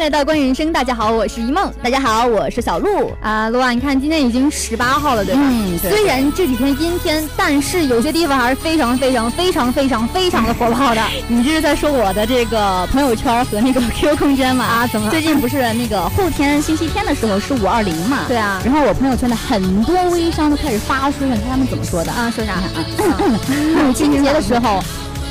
来到观人生，大家好，我是一梦，大家好，我是小鹿。啊，罗啊，你看今天已经十八号了，对吧？嗯对虽然这几天阴天，但是有些地方还是非常非常非常非常非常的火爆的 你这是在说我的这个朋友圈和那个 QQ 空间吗？啊！怎么了？最近不是那个后天星期天的时候是五二零嘛？对。啊，然后我朋友圈的很多微商都开始发书了，你看他们怎么说的？啊，说啥？母亲节的时候。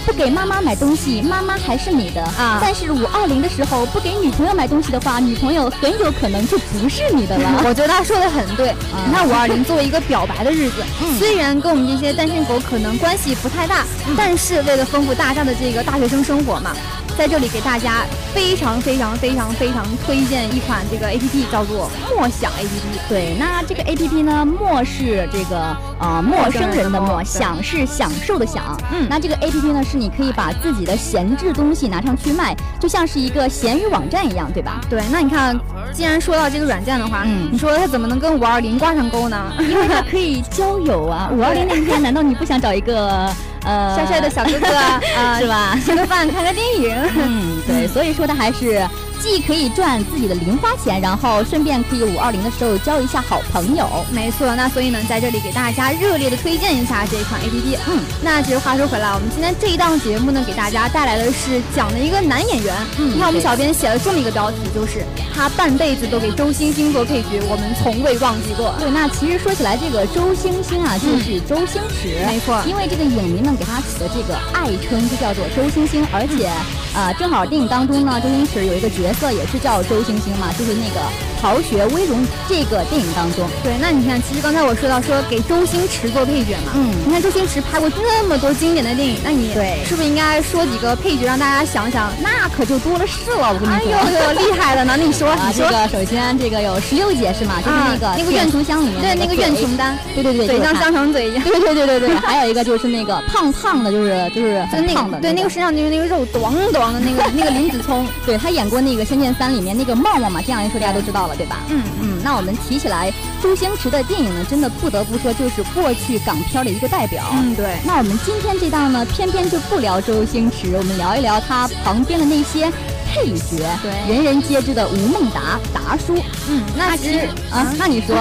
不给妈妈买东西，妈妈还是你的啊但是五二零的时候不给女朋友买东西的话，女朋友很有可能就不是你的了。 啊我觉得他说的很对。你看五二零作为一个表白的日子，嗯虽然跟我们这些单身狗可能关系不太大，但是为了丰富大家的这个大学生生活嘛，在这里给大家非常非常非常非常推荐一款这个 A P P，叫做默想 A P P。对，那这个 A P P 呢，默是这个呃陌生人的陌，陌生人的陌享是享受的享。嗯那这个 A P P 呢，是你可以把自己的闲置东西拿上去卖，就像是一个闲鱼网站一样，对吧？对，那你看，既然说到这个软件的话，嗯你说它怎么能跟五二零挂上钩呢？因为它可以交友啊。五二零那天，难道你不想找一个呃帅帅的小哥哥啊啊， 是吧？ 吃个饭，看个电影。嗯，对，所以说它还是既可以赚自己的零花钱，然后顺便可以五二零的时候交一下好朋友。没错，那所以呢，在这里给大家热烈的推荐一下这一款 APP。嗯，那其实话说回来，我们今天这一档节目呢，给大家带来的是讲的一个男演员。嗯你看我们对小编写了这么一个标题，就是他半辈子都给周星星做配角，我们从未忘记过。嗯对，那其实说起来，这个周星星啊，就是周星驰，没错因为这个影迷们给他起的这个爱称就叫做周星星，而且，嗯呃，正好电影当中呢，周星驰有一个角色也是叫周星星嘛，就是那个《逃学威龙》这个电影当中，对，那你看，其实刚才我说到说给周星驰做配角嘛，嗯你看周星驰拍过那么多经典的电影，那你对是不是应该说几个配角让大家想想？那可就多了是了，我跟你哎说。呦呦，厉害了呢！那你 说，啊，你这说，个首先这个有石榴姐是吗？就是啊那个那个怨怨穷乡里面对那个怨穷的，丹，对对对，嘴就是像她香肠嘴一样。对对对对对，还有一个就是那个胖胖的，就是就是就是很那胖个的，对那个身上就是那个肉咚咚的那个那个林子聪，对他演过那个《仙剑三》里面那个茂茂嘛，这样一说大家都知道了，对吧？嗯嗯，那我们提起来周星驰的电影呢，真的不得不说就是过去港片的一个代表。 嗯对，那我们今天这档呢，偏偏就不聊周星驰，我们聊一聊他旁边的那些配角，对人人皆知的吴孟达达叔嗯那他其其实实嗯啊，那 你说，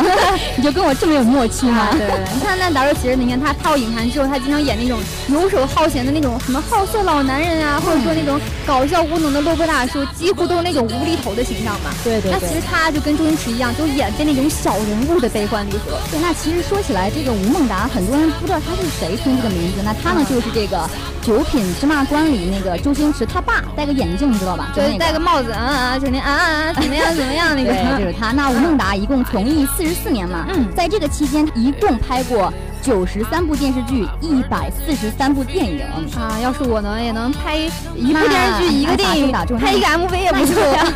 你就跟我这么有默契吗？啊对，你看那达叔其实你看他踏入影坛之后，他经常演那种游手好闲的那种什么好色老男人啊，或者说那种搞笑无能的落魄大叔，几乎都是那种无厘头的形象嘛。对对那对其实他就跟周星驰一样，就演变那种小人物的悲欢离合。对，那其实说起来，这个吴孟达，很多人不知道他是谁，听这个名字。那他呢，就是这个《九品芝麻官》里那个周星驰他爸，戴个眼镜，你知道吧？就对，那戴个个。帽子，啊啊，整天啊啊啊，怎么样怎么样那 个。对，就是他。那吴孟达一共从艺四十四年嘛，嗯在这个期间一共拍过九十三部电视剧，一百四十三部电影。啊，要是我能也能拍一部那电视剧、一个那打电中影打中，拍一个 MV 也那不你错就呀。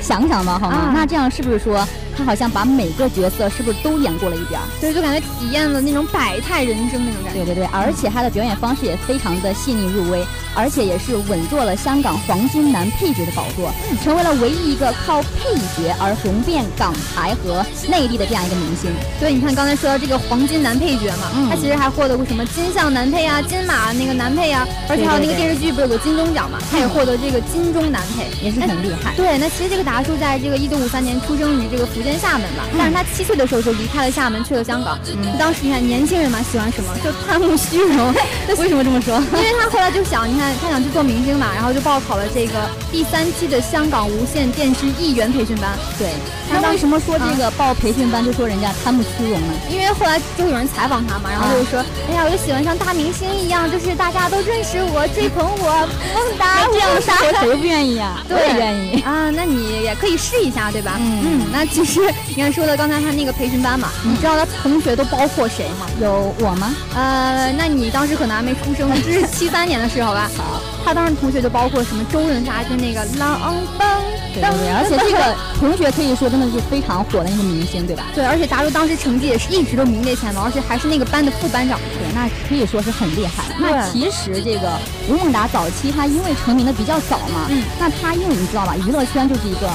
想想吧，好吗？啊那这样是不是说他好像把每个角色是不是都演过了一遍儿？对，就感觉体验了那种百态人生那种感对觉。对对，而且他的表演方式也非常的细腻入微，而且也是稳坐了香港黄金男配角的宝座，嗯成为了唯一一个靠配角而红遍港台和内地的这样一个明星。对，你看刚才说到这个黄金男配角嘛，嗯他其实还获得过什么金像男配啊、金马那个男配啊，而且还有那对对个对电视剧不是有个金钟奖嘛，他也获得这个金钟男配。哎也是很厉害。对，那其实这个达叔在这个一九五三年出生于这个福建厦门吧，嗯但是他七岁的时候就离开了厦门，去了香港。当时你看年轻人嘛，喜欢什么嗯就贪慕虚荣， 为什么这么说？因为他后来就想，你看他想去做明星嘛，然后就报考了这个第三期的香港无线电视艺员培训班。对，那那为什么说啊这个报培训班就说人家贪慕虚荣呢？因为后来就有人采访他嘛，然后啊就说，哎呀，我就喜欢像大明星一样，就是大家都认识我、追捧我，孟达，这样孟生活达。谁不愿意啊？对我也愿意。啊，那你也可以试一下，对吧？嗯那其实你看说的刚才他那个培训班嘛，你知道他同学都包括谁吗？有我吗？嗯呃，那你当时可能还没出生，这是七三年的时候吧？啊好，他当时同学就包括什么周润发，就那个郎昂邦，对对对，而且 这个同学可以说真的是非常火的一个明星，对吧？对，而且达叔当时成绩也是一直都名列前茅，而且还是那个班的副班长。对，那可以说是很厉害。那对其实这个吴孟达早期他因为成名的比较早嘛，嗯，那他因为你知道吧，娱乐圈就是一个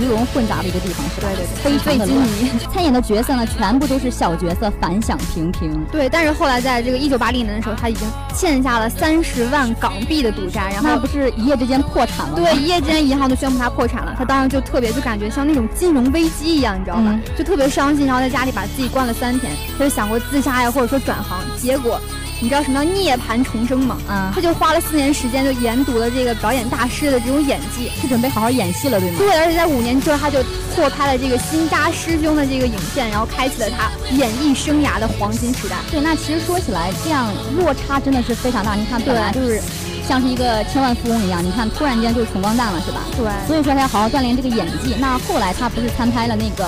鱼龙混杂的一个地方，是吧？对对对非常的费乱基尼。参演的角色呢，全部都是小角色，反响平平。对，但是后来在这个一九八零年的时候，他已经欠下了三十万港币的赌债，然那后不是一夜之间破产了吗？对，一夜间银行都宣布他破产了，他当时就特别就感觉像那种金融危机一样，你知道吧？嗯就特别伤心，然后在家里把自己关了三天，他就想过自杀呀，或者说转行。结果你知道什么叫涅槃重生吗？啊，他就花了四年时间就研读了这个表演大师的这种演技。是准备好好演戏了，对吗？对，而且在五年之后，他就拓拍了这个新扎师兄的这个影片，然后开启了他演艺生涯的黄金时代。对，那其实说起来，这样落差真的是非常大。你看，本来就是像是一个千万富翁一样，你看突然间就是穷光蛋了，是吧？对，所以说他要好好锻炼这个演技。那后来他不是参拍了那个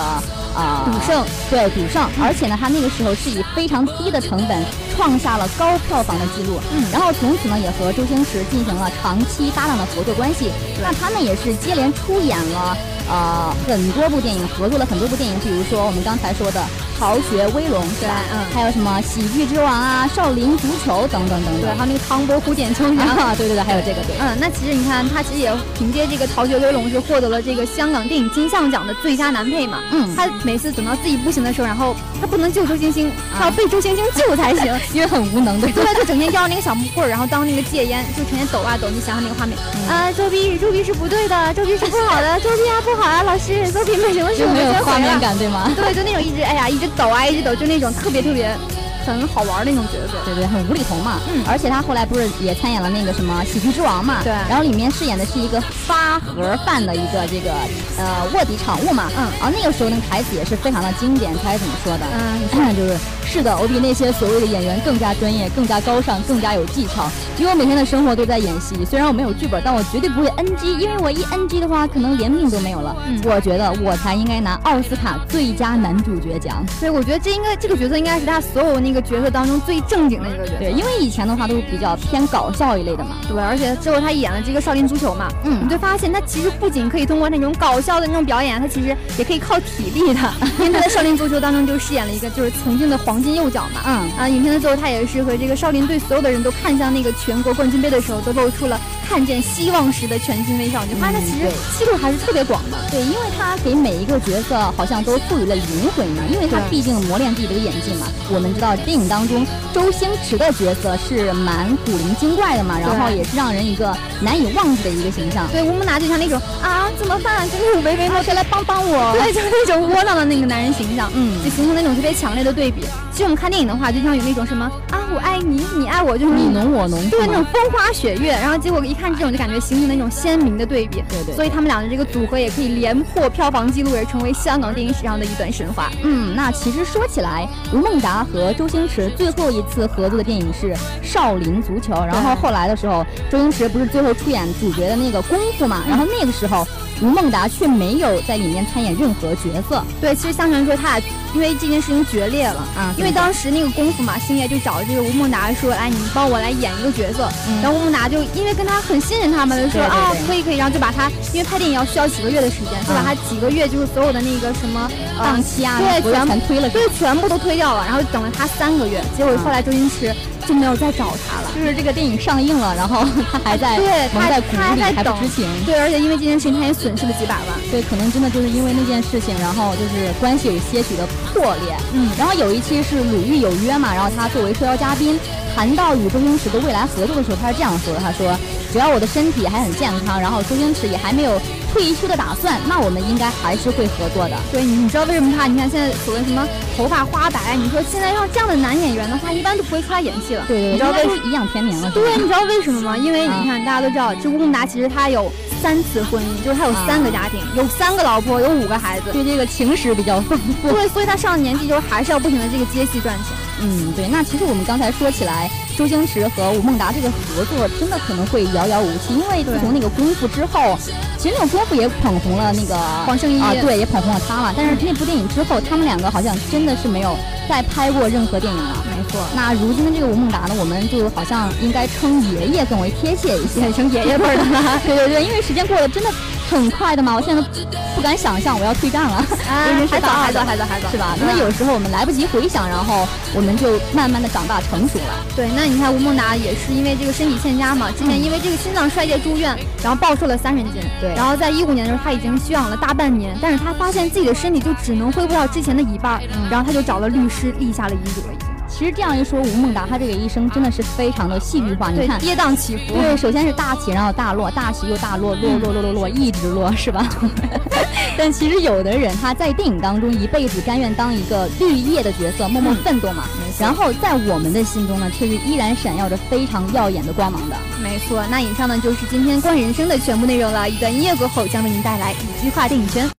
呃赌圣，对赌圣，而且呢，他那个时候是以非常低的成本创下了高票房的记录。嗯然后从此呢，也和周星驰进行了长期搭档的合作关系。那他们也是接连出演了呃很多部电影，合作了很多部电影，比如说我们刚才说的《逃学威龙》，是吧？对嗯还有什么《喜剧之王》啊，《少林足球》等等等对，等。还有那个唐伯虎点秋香。啊， 对对对，还有这个对。 嗯，那其实你看，他其实也凭借这个《逃学威龙》是获得了这个香港电影金像奖的最佳男配嘛。嗯他每次等到自己不行的时候，然后他不能救周星星，他要被周星星救才 行。因为很无能，对吧对，他就整天叼着那个小木棍儿，然后当那个戒烟，就成天抖啊抖。你想想那个画面，嗯啊，周碧周碧是不对的，周碧是不好 的，周碧啊不好啊，老师，周碧没什么事，就我没们有先画回面了。感，对吗？对，就那种一直哎呀一直抖啊一直抖，就那种特别特别很好玩儿的那种角色。对对，很无厘头嘛。嗯而且他后来不是也参演了那个什么《喜剧之王》嘛？对然后里面饰演的是一个发盒饭的一个这个呃卧底场务嘛。嗯然后那个时候那个台词也是非常的经典，他是怎么说的？嗯你就是是的，我比那些所谓的演员更加专业、更加高尚、更加有技巧。因为我每天的生活都在演戏，虽然我没有剧本，但我绝对不会 NG，因为我一 NG 的话，可能连命都没有了。嗯我觉得我才应该拿奥斯卡最佳男主角奖。所以我觉得这应该这个角色应该是他所有那个角色当中最正经的一个角色。对，因为以前的话都是比较偏搞笑一类的嘛。对，而且之后他演了这个《少林足球》嘛，嗯你就发现他其实不仅可以通过那种搞笑的那种表演，啊他其实也可以靠体 力的，因为他在《少林足球》当中就饰演了一个就是曾经的黄金右脚嘛。嗯，啊，影片的最后，他也是和这个少林队所有的人都看向那个全国冠军杯的时候，都露出了看见希望时的全新微笑。你就发现他嗯其实对戏路还是特别广的。对，因为他给每一个角色好像都赋予了灵魂嘛，因为他对毕竟磨练自己的演技嘛。我们知道电影当中周星驰的角色是蛮古灵精怪的嘛，然后也是让人一个难以忘记的一个形象。对，吴孟达就像那种啊怎么办，就那种唯唯诺诺谁来帮帮我对，就是那种窝囊的那个男人形象，嗯就形成那种特别强烈的对比。其实我们看电影的话，就像有那种什么啊，我爱你，你爱我，就是你那种侬我侬，对是吗那种风花雪月，然后结果一看这种就感觉形成那种鲜明的对比。对对所以他们俩的这个组合也可以连破票房记录，而成为香港电影史上的一段神话。嗯，那其实说起来，吴孟达和周星驰最后一次合作的电影是《少林足球》，然后后来的时候，周星驰不是最后出演主角的那个功夫嗯嘛，然后那个时候吴孟达却没有在里面参演任何角色对，其实相传说他俩因为这件事情决裂了。啊，因为当时那个功夫嘛，星爷就找这个吴孟达说：“哎，你帮我来演一个角色。嗯然后吴孟达就因为跟他很信任他嘛，就说对对啊、对嗯可以可以，然后就把他因为拍电影要需要几个月的时间，就把他几个月就是所有的那个什么呃档期啊，对活动全全推了，对，全部都推掉了，然后等了他三个月，结嗯果后来周星驰就没有再找他了。就是这个电影上映了，然后他还在对他蒙在鼓他还里，在还等不知情。对，而且因为这件事情，他也损失了几百万。对，可能真的就是因为那件事情，然后就是关系有些许的破裂。嗯然后有一期是《鲁豫有约》嘛，然后他作为受邀嘉宾谈到与周星驰的未来合作的时候，他是这样说的：他说，只要我的身体还很健康，然后周星驰也还没有退休的打算，那我们应该还是会合作的。对，你你知道为什么他？你看现在所谓什么头发花白，你说现在要这样的男演员的话，一般都不会出来演戏了。对对对，你知道为什应该都是颐养天年了。是吧对，你知道为什么吗？因为你啊看，大家都知道，这吴孟达其实他有三次婚姻，就是他有三个家庭，有三个老婆，有五个孩子。对这个情史比较丰富。对，所以他上了年纪之后，还是要不停的这个接戏赚钱。嗯，对，那其实我们刚才说起来，周星驰和吴孟达这个合作真的可能会遥遥无期，因为自对从那个功夫之后，其实那种功夫也捧红了那个黄圣依啊，嗯对，也捧红了他嘛。但是那部电影之后，他们两个好像真的是没有再拍过任何电影了。没错，那如今的这个吴孟达呢，我们就好像应该称爷爷更为贴切一些， 演成爷爷辈儿的了。对对对，因为时间过得真的很快的嘛，我现在都不敢想象我要退战了。 啊人生还是早，大还早，的还早，还早，是吧？因为嗯有时候我们来不及回想，然后我们就慢慢的长大成熟了。对，那你看吴孟达也是因为这个身体欠佳嘛，之前因为这个心脏衰竭住院，然后暴瘦了三十斤。嗯对然后在一五年的时候，他已经休养了大半年，但是他发现自己的身体就只能恢复到之前的一半儿，嗯然后他就找了律师立下了遗嘱了，已经。其实这样一说，吴孟达他这个一生真的是非常的戏剧化。你对，看，跌宕起伏。对，首先是大起，然后大落，大起又大落，落落落落落，一直落，是吧？ 但其实有的人他在电影当中一辈子甘愿当一个绿叶的角色，默默奋斗嘛。然后在我们的心中呢，却是依然闪耀着非常耀眼的光芒的。没错，那以上呢就是今天关于人生的全部内容了。一段音乐过后，将为您带来一句话电影圈。